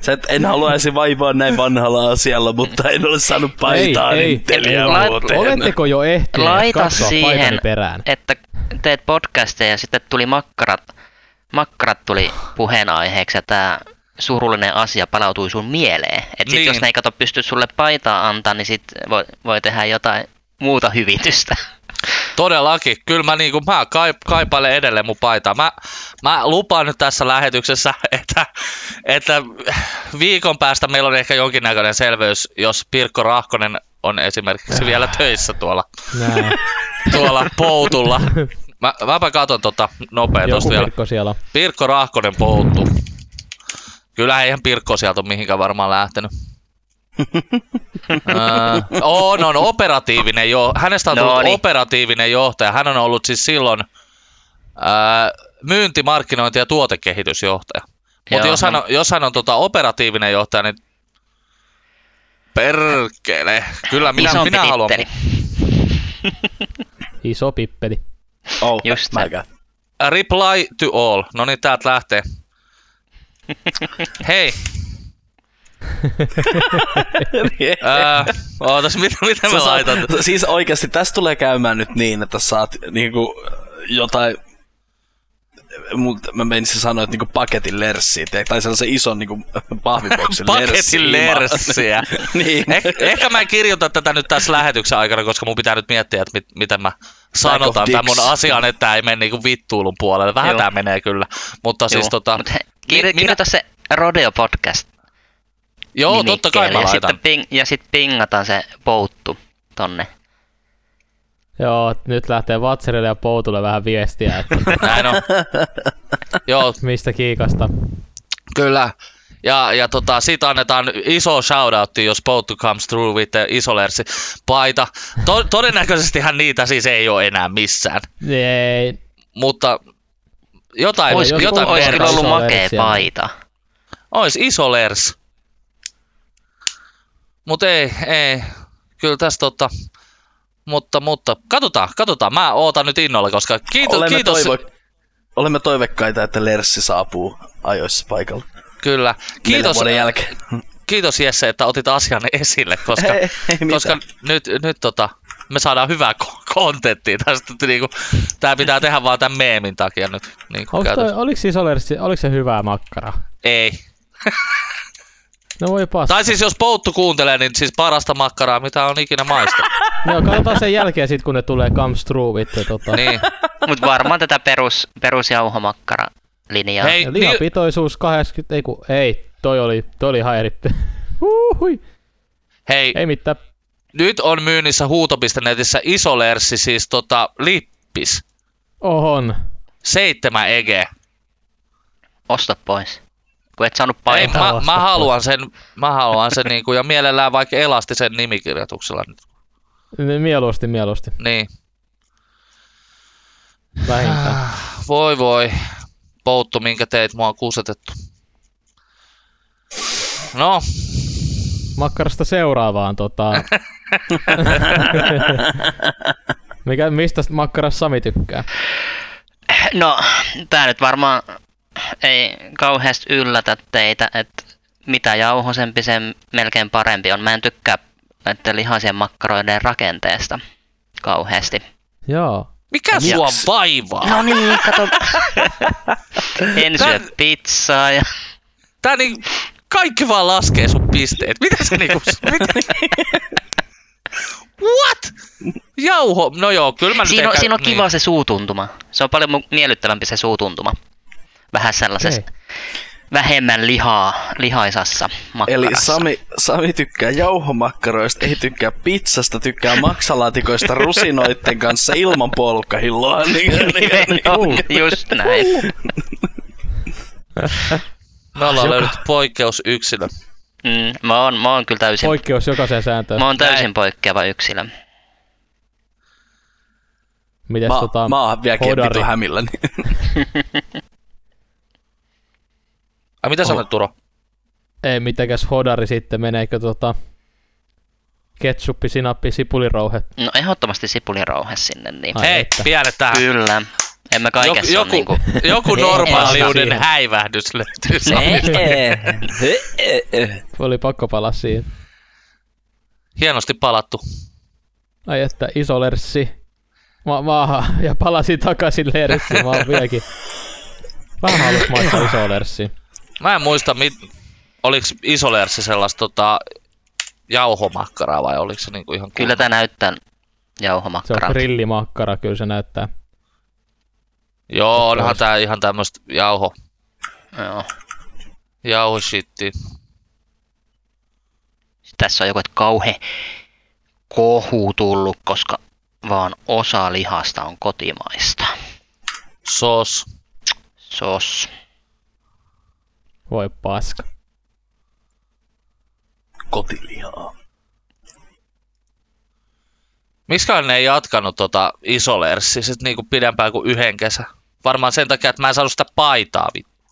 Sä et, en haluaisi vaivaa näin vanhalla asialla, mutta en ole saanut paitaa
Ei, ei.
ritteliä
Lait-
vuoteen.
Oletteko jo ehtineet
Laita
katsoa paitani
siihen,
perään?
että teet podcasteja ja sitten tuli makkarat. Makkarat tuli puheenaiheeksi ja tämä surullinen asia palautui sun mieleen. Et sit
Niin.
jos ne ei kato pysty sulle paitaa antaa, niin sit voi, voi tehdä jotain muuta hyvitystä.
Todellakin, kyllä mä, niinku, mä kai, kaipailen edelleen mun paitaa. Mä, mä lupaan nyt tässä lähetyksessä, että, että viikon päästä meillä on ehkä jonkinnäköinen selvyys, jos Pirkko Rahkonen on esimerkiksi vielä
Äh.
töissä tuolla,
Nää.
tuolla poutulla. Mä, mäpä katon tota nopea
Joku
tosta vielä.
Pirkko siellä on.
Pirkko Rahkonen poutu. Kyllä eihän Pirkko sieltä ole mihinkään varmaan lähtenyt. öö, on, on operatiivinen jo. Hänestä on tullut
Noniin.
operatiivinen johtaja. Hän on ollut siis silloin öö, myynti, markkinointi ja tuotekehitysjohtaja. Mutta
Joo,
jos hän
no.
on, jos hän on tota operatiivinen johtaja, niin perkele. Kyllä minä,
Isompi
minä haluan.
titteli.
Iso pippeli.
Oh,
Just
my
se.
God.
Reply to all. No niin, täältä lähtee. Hei,
Niin.
Öö, ootas, mitä, mitä
Sä
mä
saat,
laitan?
siis oikeasti tässä tulee käymään nyt niin, että saat niinku jotain äh, mut, mä menisin sanoa, että niinku paketin lerssiä, tai- tai sellaisen ison niinku pahviboksin
Paketin lerssiä.
niin.
Eh, ehkä mä en kirjoita tätä nyt tässä lähetyksen aikana, koska mun pitää nyt miettiä, että mit, miten mä sanotaan tämän mun
dicks.
asian, että tää ei mene niinku vittuulun puolelle. Vähän
Joo.
tää menee kyllä. Mutta siis
Joo.
tota...
Mut he-
Mi-
kirjo-
minä-
kirjoita se Rodeo Podcast.
Joo, totta kai mä
nimikkeelle, ja
laitan.
sitten, ping, ja sitten pingataan se pouttu tonne.
Joo, nyt lähtee Vatserille ja Poutulle vähän viestiä, että
Näin on. Joo,
mistä kiikasta.
Kyllä. Ja, ja tota, siitä annetaan iso shoutoutti, jos Poutu comes through with the isolersi paita. To- todennäköisestihän niitä siis ei ole enää missään.
Ei,
Mutta jotain,
Ois-
ois, jotain
ois
Olisi kyllä
verran
ollut
isoa
makea
versiota.
paita.
Ois isolers. Mut ei, ei. Kyllä tässä tota... Mutta, mutta, katsotaan, katsotaan. Mä ootan nyt innolla, koska kiitos,
olemme,
kiitos.
Toivo, olemme toivekkaita, että lerssi saapuu ajoissa paikalle.
Kyllä.
Neljän
Kiitos,
vuoden jälkeen.
kiitos Jesse, että otit asian esille, koska,
Ei, ei mitään.
koska nyt, nyt tota, me saadaan hyvää ko- kontenttia tästä. että Niinku, tää pitää tehdä vaan tämän meemin takia nyt. Niinku,
onks
käytännössä.
toi, oliko siis olersi, oliko se hyvää makkara?
Ei.
No voi pas.
Tai siis jos Pouttu kuuntelee, niin siis parasta makkaraa, mitä on ikinä maistanut.
No, katsotaan sen jälkeen sit, kun ne tulee comes true, vittu, tota.
niin.
Mutta varmaan tätä perus, perusjauhomakkara linjaa.
Hei,
Ja
niin,
Lihapitoisuus 80, ei kun, ei, toi oli, toi oli ihan eri. Huuhui.
hei,
Ei mitään.
nyt on myynnissä huuto.netissä isolerssi, siis tota, lippis.
Ohon.
Seitsemän ege.
Osta pois. Kun et saanut
Ei,
painaa.
mä,
vastata.
mä, haluan sen, mä haluan sen niinku, ja mielellään vaikka elastisen nimikirjoituksella. nyt.
Mieluusti, mieluusti.
Niin.
Vähintään.
Voi voi. Pouttu, minkä teit, mua on kusetettu. No,
Makkarasta seuraavaan, tota. Mikä, mistä makkarasta Sami tykkää?
No, tää nyt varmaan ei kauheasti yllätä teitä, että mitä jauhosempi, sen melkein parempi on. Mä en tykkää näiden lihasien makkaroiden rakenteesta kauheasti.
Joo.
mikä
Miks?
sua vaivaa?
No niin, kato. en syö pizzaa ja...
Tää niin, kaikki vaan laskee sun pisteet. Mitä se niinku... Mitä? What? Jauho. No joo, kyllä mä nyt
Siinä on,
ehkä, niin.
siinä on kiva se suutuntuma. Se on paljon mu- miellyttävämpi se suutuntuma. Vähän sellaisessa
Okei.
vähemmän lihaa, lihaisassa makkarassa.
Eli Sami, Sami tykkää jauhomakkaroista, ei tykkää pizzasta, tykkää maksalaatikoista rusinoitten kanssa ilman puolukkahilloa. Niin, niin, niin.
Nimenomaan, just näin.
Me ollaan löydetty poikkeus yksilö.
Mm, mä, oon, mä oon kyllä täysin, Poik-
Poikkeus jokaiseen sääntöön.
mä oon
Näin.
täysin poikkeava yksilö.
Mites
Mä,
tota...
mä oon vielä
hodari?
keppitu hämilläni.
Ai mitä
Oh.
sanoit Turo?
Ei mitenkäs hodari sitten, meneekö tota... Ketsuppi, sinappi, sipulirouhe.
No ehdottomasti sipulinrouhe sinne, niin
Ai
Hei,
että.
pienet tähän.
kyllä. En mä kaikessa
joku,
joku, niinku...
joku
Ei, ei,
normaaliuden
siihen.
häivähdys löytyy.
Oli pakko palaa siihen.
Hienosti palattu.
Ai että, iso lerssi. Ma- maahan ja palasin takaisin lerssiin. Mä oon vieläkin... Vähän halus maistaa iso lerssi.
Mä en muista, mit, oliks isolerssi sellaista tota, jauhomakkaraa vai oliks se niinku ihan
Kyllä tää näyttää
Se on
jauhomakkaralta.
grillimakkara, kyllä se näyttää.
Joo, onhan tää ihan tämmöstä jauho,
Joo.
jauhoshitti.
Sitten Tässä on joku että kauhe kohu tullut, koska vaan osa lihasta on kotimaista.
Sos.
Sos.
Voi paska.
Kotilihaa.
Miksikään ne ei jatkanut tota isolerssi sit niinku pidempään kuin yhden kesän? Varmaan sen takia, että mä en saanut sitä paitaa vittu.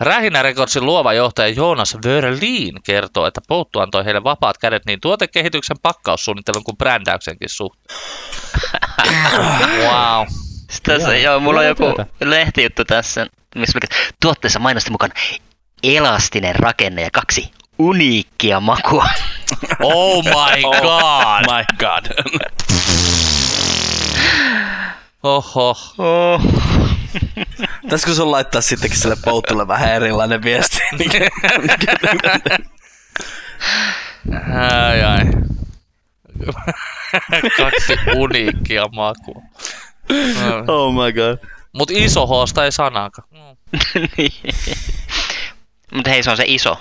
Rähinä Recordsin luova johtaja Joonas Wörlin kertoo, että Pouttu antoi heille vapaat kädet niin tuotekehityksen, pakkaussuunnittelun kuin brändäyksenkin suhteen. wow.
Sitten tässä,
Joo,
joo, mulla on
hyvää
joku
työtä.
lehtijuttu tässä, missä lukee, tuotteessa mainosti mukaan elastinen rakenne ja kaksi uniikkia makua.
Oh my god.
My god.
Oho.
Oh.
Pitäisikö sun laittaa sittenkin sille Poutulle vähän erilainen viesti?
Ai ai. Kaksi uniikkia makua.
oh my god.
Mut iso hoosta ei sanaakaan.
Mutta hei, se on se iso.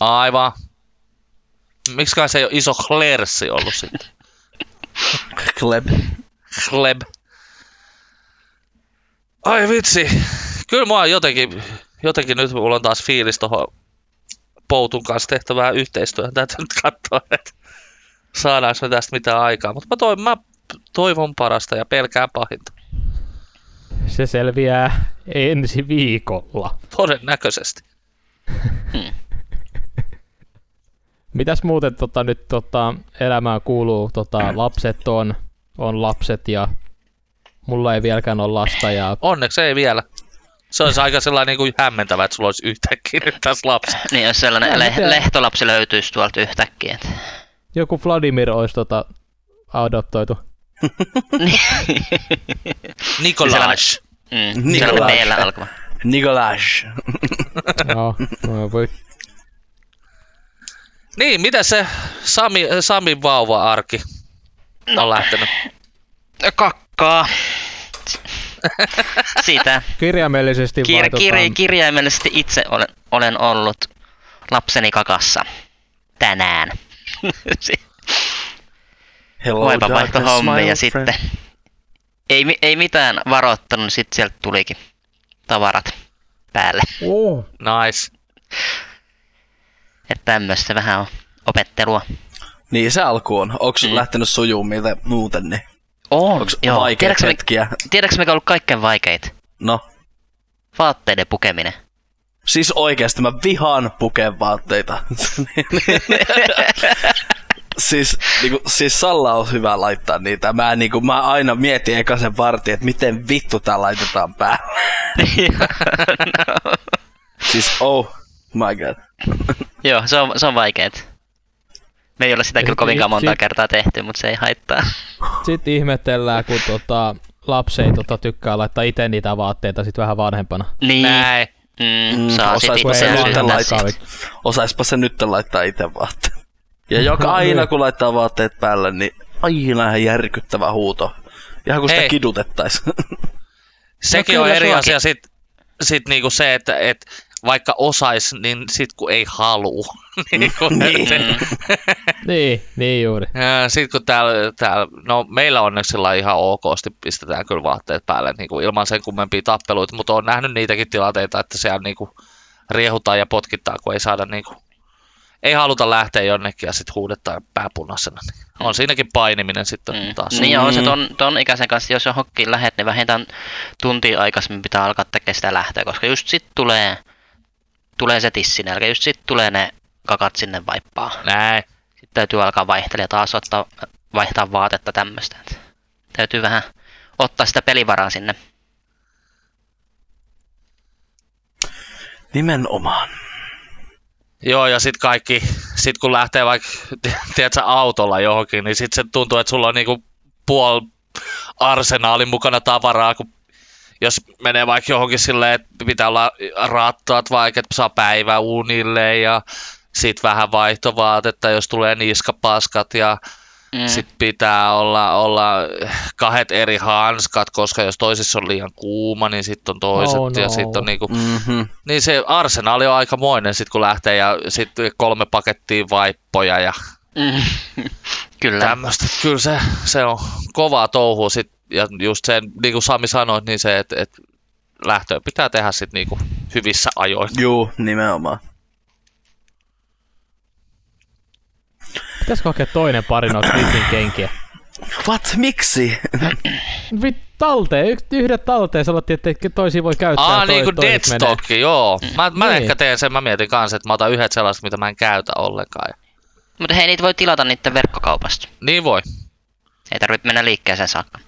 Aivan. Miksikään se ei ole iso klersi ollut sitten?
Kleb.
Kleb. Ai vitsi. Kyllä mua jotenkin, jotenkin nyt mulla on taas fiilis tohon Poutun kanssa tehtävää yhteistyötä. Täytyy nyt katsoa, että saadaanko me tästä mitään aikaa. Mutta mä, toivon, mä toivon parasta ja pelkään pahinta.
Se selviää ensi viikolla.
Todennäköisesti.
Mitäs muuten tota, nyt tota, elämään kuuluu? Tota, lapset on, on lapset ja mulla ei vieläkään ole lasta ja
Onneksi ei vielä. Se olisi aika sellainen niin kuin hämmentävä, että sulla olisi yhtäkkiä nyt tässä lapsi.
Niin jos sellainen le- lehtolapsi löytyisi tuolta yhtäkkiä. et. mm,
joku Vladimir olisi tota, adoptoitu.
Niin.
Nikolaj.
Mm,
Nikolai.
Niin
sellainen niinku meillä alkava.
Nicolaj.
Joo, no voi.
Niin, miten se Sami, Samin vauva-arki
No.
on lähtenyt?
Kakkaa. Sitä.
Kirjaimellisesti
Kir-
vaan
kir-
tota,
kirjaimellisesti itse olen, olen ollut lapseni kakassa tänään. Siis- Si-
Hello,
Voipa
darkness,
vaihto
my
hommia
old
sitten.
friend.
Ei, mi- ei mitään varoittanut, niin sitten sieltä tulikin tavarat päälle.
oh.
Nice.
Että tämmöistä vähän on opettelua.
Niin se alku on. Onko mm. lähtenyt sujuu mitä muuten, niin
On,
onko
joo.
vaikeita
Tiedätkö, me,
hetkiä?
tiedätkö mikä on ollut kaikkein vaikeit?
No,
Vaatteiden pukeminen.
Siis oikeasti mä vihaan pukevaatteita. siis, niinku, siis Salla on hyvä laittaa niitä. Mä, niinku, mä aina mietin eka sen vartin, että miten vittu tää laitetaan päälle. Siis oh my god.
Joo, se on, se on vaikeet. Me ei ole sitä kyllä
sitten
kovinkaan
it-
monta
sit-
kertaa tehty, mutta se ei haittaa.
Sitten ihmetellään, kun tota, lapsi ei tota, tykkää laittaa itse niitä vaatteita sit vähän vanhempana.
Niin.
Näin.
Mm,
Mm,
saa sit
osais
Kun
Se
ei
itse
vaan
vanhemmat
syyttää
tällä-
siitä.
saa-
Osaispa se nyt laittaa itse vaatteet. Ja
Niin.
joka aina kun laittaa vaatteet päälle, niin aina ihan järkyttävä huuto. Ihan kun sitä
Hei.
kidutettaisiin.
Sekin
No
no, on
kyllä
eri
suakin.
asia sit, sit niinku se, että et vaikka osais, niin sit kun ei halua. niinku, niin. se,
Niin, niin juuri.
Ää, sit kun täällä, täällä, no meillä onneksi sillä ihan okosti pistetään kyllä vaatteet päälle niinku ilman sen kummempia tappeluita, mutta on nähnyt niitäkin tilanteita, että siellä niinku riehutaan ja potkittaa, kun ei saada niinku, ei haluta lähteä jonnekin ja sit huudetaan pääpunaisena. niin On siinäkin painiminen sitten mm. taas.
Mm. Niin on se
Mm.
ton, ton ikäisen kanssa, jos johonkin lähet, niin vähintään tuntia aikaisemmin pitää alkaa tekemään sitä lähtöä, koska just sit tulee, tulee se tissinälkä, just sit tulee ne kakat sinne vaippaa.
Näin.
Sitten täytyy alkaa vaihtella ja taas ottaa, vaihtaa vaatetta tämmöistä. Täytyy vähän ottaa sitä pelivaraa sinne.
Nimenomaan.
Joo, ja sitten kaikki, sit kun lähtee vaikka, tiedätkö, autolla johonkin, niin sitten se tuntuu, että sulla on niinku puol arsenaali mukana tavaraa, kun jos menee vaikka johonkin silleen, että pitää olla rattaat vaikka, että saa päivä unille ja sitten vähän vaihtovaatetta, jos tulee niskapaskat ja
Mm.
sitten pitää olla, olla kahdet eri hanskat, koska jos toisissa on liian kuuma, niin sitten on toiset
Oh
ja
no.
sitten on niinku,
Mhm.
Mm-hmm.
niin se arsenaali on aikamoinen sit kun lähtee ja sit kolme pakettia vaippoja ja
Mm. Kyllä.
tämmöistä. Kyllä se, se on kovaa touhua sit ja just se, niin kuin Sami sanoi, niin se, että et lähtöä pitää tehdä sit niinku hyvissä ajoin.
Juu, nimenomaan.
Pitäisikö hakea toinen pari noita vitsin kenkiä?
What? Miksi?
Vit, talteen, y- yhdet talteen sanottiin, että toisia voi käyttää.
Aa,
ja
niin kuin
toiset menee.
Deadstock, joo. Mä, mä
Niin.
ehkä teen sen, mä mietin kanssa, että mä otan yhdet sellaiset, mitä mä en käytä ollenkaan.
Mutta hei, niitä voi tilata niiden verkkokaupasta.
Niin voi.
Ei tarvitse mennä liikkeeseen saakka.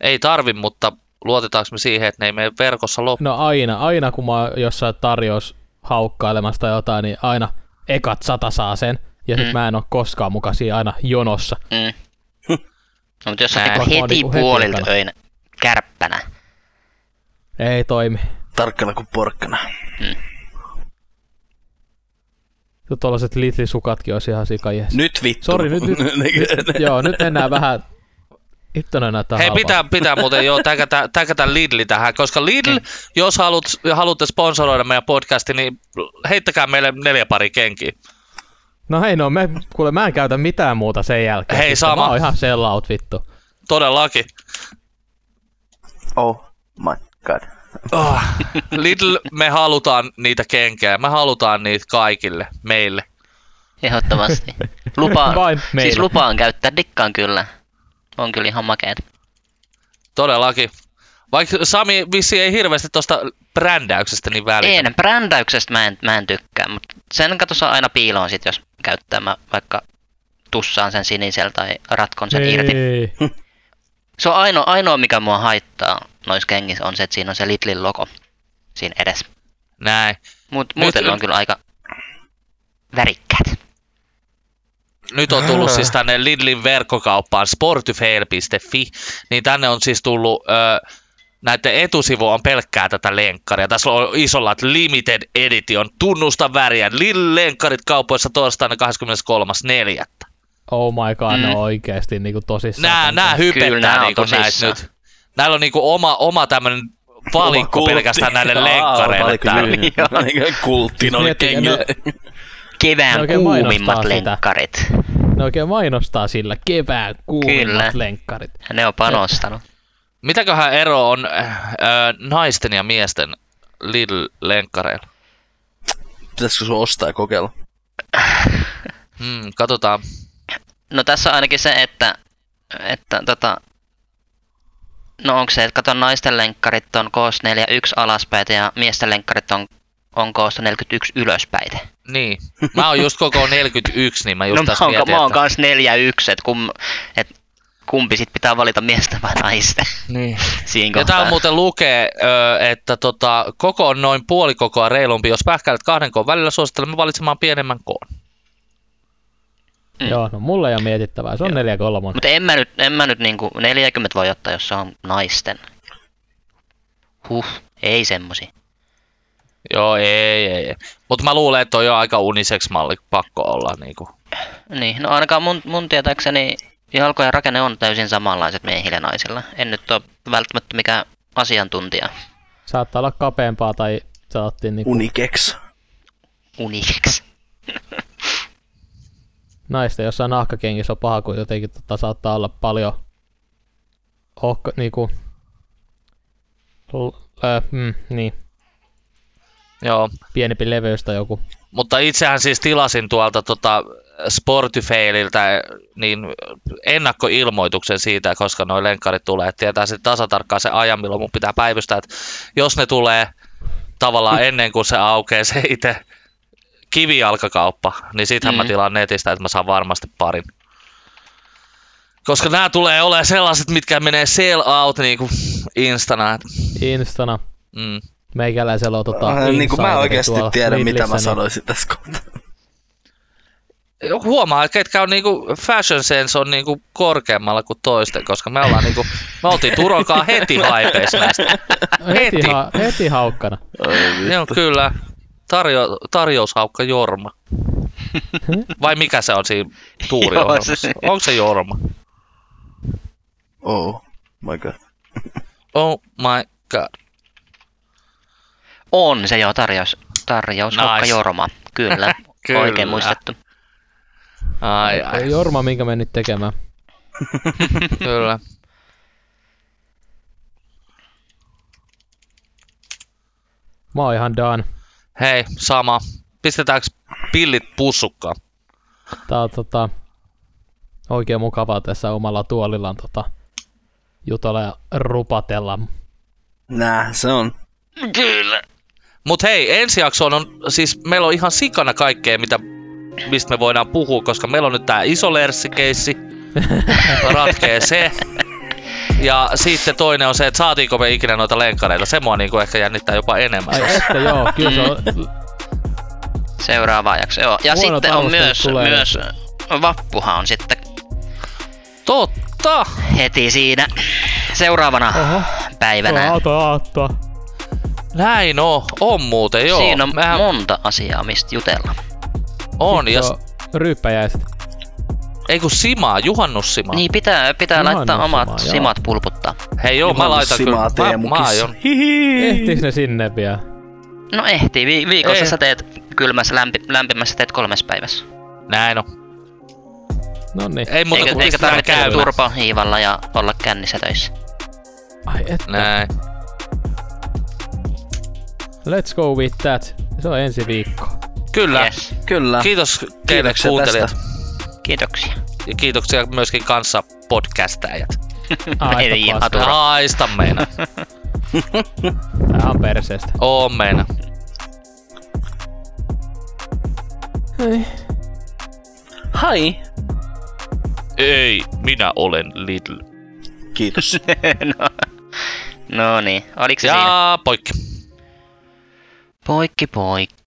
Ei tarvi, mutta luotetaanko me siihen, että ne ei mene verkossa loppuun?
No aina, aina kun mä oon jossain tarjous haukkailemassa tai jotain, niin aina ekat sata saa sen. Ja sit
Mm.
mä en oo koskaan muka siinä aina jonossa.
Mm. No, mutta jos
Nää.
on
Varmaan
heti
niinku heti
puolilta
ekana.
öinä kärppänä,
Ei toimi.
Tarkkana kuin porkkana.
Tuollaiset Lidl-sukatkin olisi ihan sikajessa.
Nyt vittu.
Sori, nyt, nyt,
Niin,
nyt, joo, nyt mennään vähän... Hittona näyttää
Hei,
halvalta.
pitää, pitää muuten jo täkätä, täkätä Lidli tähän, koska Lidl, jos haluat, haluatte sponsoroida meidän podcasti, niin heittäkää meille neljä pari kenkiä.
No hei, no me, kuule, mä en käytä mitään muuta sen jälkeen.
Hei,
Sitten
sama.
Mä oon ihan sellout, vittu.
Todellakin.
Oh my god.
Oh. Lidl, me halutaan niitä kenkiä, me halutaan niitä kaikille, meille.
ehdottomasti. Lupaan,
Vain meillä.
siis lupaan käyttää, dikkaan kyllä. On kyllä ihan makeet.
Todellakin. Vaikka Sami vissi ei hirveästi tuosta brändäyksestä niin välitä.
En, brändäyksestä mä en, mä en tykkää, mutta sen katossa aina piiloon sit, jos käyttää. Mä vaikka tussaan sen sinisellä tai ratkon
Niin.
sen irti.
Ei.
Se on ainoa, ainoa mikä mua haittaa noissa kengissä on se, että siinä on se Lidlin logo siinä edes.
Näin.
Mut, muuten
Nyt-
on kyllä aika värikkäät.
nyt on tullut siis tänne Lidlin verkkokauppaan sportyfail.fi, niin tänne on siis tullut ö, näiden etusivu on pelkkää tätä lenkkaria. Tässä on isolla, että limited edition, tunnusta väriä, Lil lenkkarit kaupoissa torstaina 23.4.
Oh my god, mm. ne
Mm.
on oikeesti niinku tosissaan.
Nää,
tämän
nää
kanssa.
Kyllä,
hypettää
nää on
niinku näitä
tosissaan.
nyt. Näillä on niinku oma, oma tämmönen valikko
kultti.
pelkästään näille
Aa,
lenkkareille.
valikko,
täällä.
juu, juu. Niin kultti noille
Mietin, ja
kengille.
Ne
Kevään
oikein mainostaa
kuumimmat
sitä.
lenkkarit.
Ne oikein mainostaa sillä kevään kuumimmat
Kyllä.
lenkkarit.
Ja ne on panostanut.
Mitäköhän ero on äh, äh, naisten ja miesten Lidl-lenkkareilla?
Pitäisikö sun ostaa ja kokeilla?
Hmm, katsotaan.
No tässä on ainakin se, että, että tota, no onko se, että kato naisten lenkkarit on koos 41 alaspäitä ja miesten lenkkarit on, on koosta 41 ylöspäitä.
Niin. Mä oon just koko 41, niin mä just
no
no,
mä
tässä
oon,
mietin,
mä oon
että...
kans 41, että kum, et kumpi sit pitää valita miestä vai naista
Niin.
siinä
Ja
kohtaa.
täällä muuten lukee, ö, että tota, koko on noin puoli kokoa reilumpi. Jos pähkäilet kahden koon välillä, suosittelemme valitsemaan pienemmän koon.
Mm. Joo, no mulle ei ole mietittävää. Se on neljä kolmonen.
Mutta en mä nyt, en mä nyt niinku 40 voi ottaa, jos se on naisten. Huh, ei semmosi.
Joo, ei, ei, ei. Mutta mä luulen, että on jo aika unisex malli, pakko olla niinku.
Niin, no ainakaan mun, mun tietääkseni jalkojen rakenne on täysin samanlaiset miehillä ja naisilla. En nyt ole välttämättä mikään asiantuntija
Saattaa olla kapeampaa tai saattiin niinku
Unikeks.
uniksi.
naisten jossain nahkakengissä on paha, kun jotenkin tota, saattaa olla paljon ohka, niinku, l, ö, mm, niin,
Joo.
pienempi leveys tai joku.
Mutta itsehän siis tilasin tuolta tota Sportifeililtä niin ennakkoilmoituksen siitä, koska noin lenkkarit tulee. Et Tietää sitten tasatarkkaan se ajan, milloin mun pitää päivystää. Et jos ne tulee tavallaan ennen kuin se aukeaa se itse kivijalkakauppa, niin sittenhän mm. mä
Mm.
tilaan netistä, että mä saan varmasti parin. Koska nämä tulee olemaan sellaiset, mitkä menee sell out niinku instana. et,
Instana.
Mm.
Meikäläisellä on tota
Äh, niin kuin mä
insideri
oikeasti
tuolla
tiedän, mitä
Lidlissä,
mä
niin-
sanoisin tässä kohtaa.
huomaa, että ketkä on niinku fashion sense on niinku korkeammalla kuin toisten, koska me ollaan niinku, me oltiin Turokaa heti haipeis näistä.
Heti,
Heti.
ha- heti haukkana.
Ne on kyllä tarjo, tarjoushaukka Jorma. Vai mikä se on siinä tuuriohjelmassa?
Joo, se-
Onko se Jorma?
Oh my god.
Oh my god.
On se joo, tarjous, tarjous
Nice.
nice. Jorma. Kyllä,
Kyllä.
Kyllä, oikein muistettu.
Ai.
Ai ai,
Jorma, minkä me nyt tekemään.
kyllä.
Mä oon ihan done.
Hei, sama. Pistetäänkö pillit pussukkaan?
Tää on tota, oikein mukavaa tässä omalla tuolillaan tota, jutella ja rupatella.
Nää, se on.
Kyllä.
Mut hei, ensi jaksoon on, siis meillä on ihan sikana kaikkea, mitä, mistä me voidaan puhua, koska meillä on nyt tää iso lerssikeissi, ratkee se. Ja sitten toinen on se, että saatiinko me ikinä noita lenkkareita. Se mua niinku ehkä jännittää jopa enemmän.
Ai että joo, kyllä se on
Mm.
Seuraava jakso, joo. Ja
Huonot
sitten on
arvostelut
myös,
tulee.
myös, vappuhan on sitten
Totta!
heti siinä seuraavana
Oho.
päivänä.
Auto aattoa.
Näin on, on muuten joo.
Siinä on
Mehän
monta asiaa, mistä jutella.
on. Ja,
Joo, ryyppäjäistä.
ei kun simaa, juhannussimaa. Niin.
Niin pitää, pitää
Ihan
laittaa
on
omat
sama, joo.
simat pulputtaa.
Hei joo, mä laitan
Juhannussimaa
kyllä. Mä, mä
Teemukissa.
aion.
Ehtiis ne sinne vielä?
No ehtii, Vi- viikossa
Ei.
sä teet kylmässä, lämpi, lämpimässä teet kolmes päivässä.
Näin on.
No
Eh,
niin.
Ei muuta
eikä,
kuin
eikä
pistetään
tarvitse
käymään.
turpa hiivalla ja olla kännissä töissä.
Ai että.
Näin.
Let's go with that. Se on ensi viikko.
Kyllä.
Yes.
Kyllä.
Kiitos teille
Kiitoksia
kuuntelijat.
tästä.
Kiitoksia.
Ja kiitoksia myöskin kanssa podcastajat.
Ai,
Ei
että
ihan
paska.
turha.
Haista meina.
Tää on perseestä.
Oon meina.
Hai.
Ei, minä olen Lidl.
Kiitos.
no. no niin, oliko se siinä?
Ja poikki.
Poikki poikki.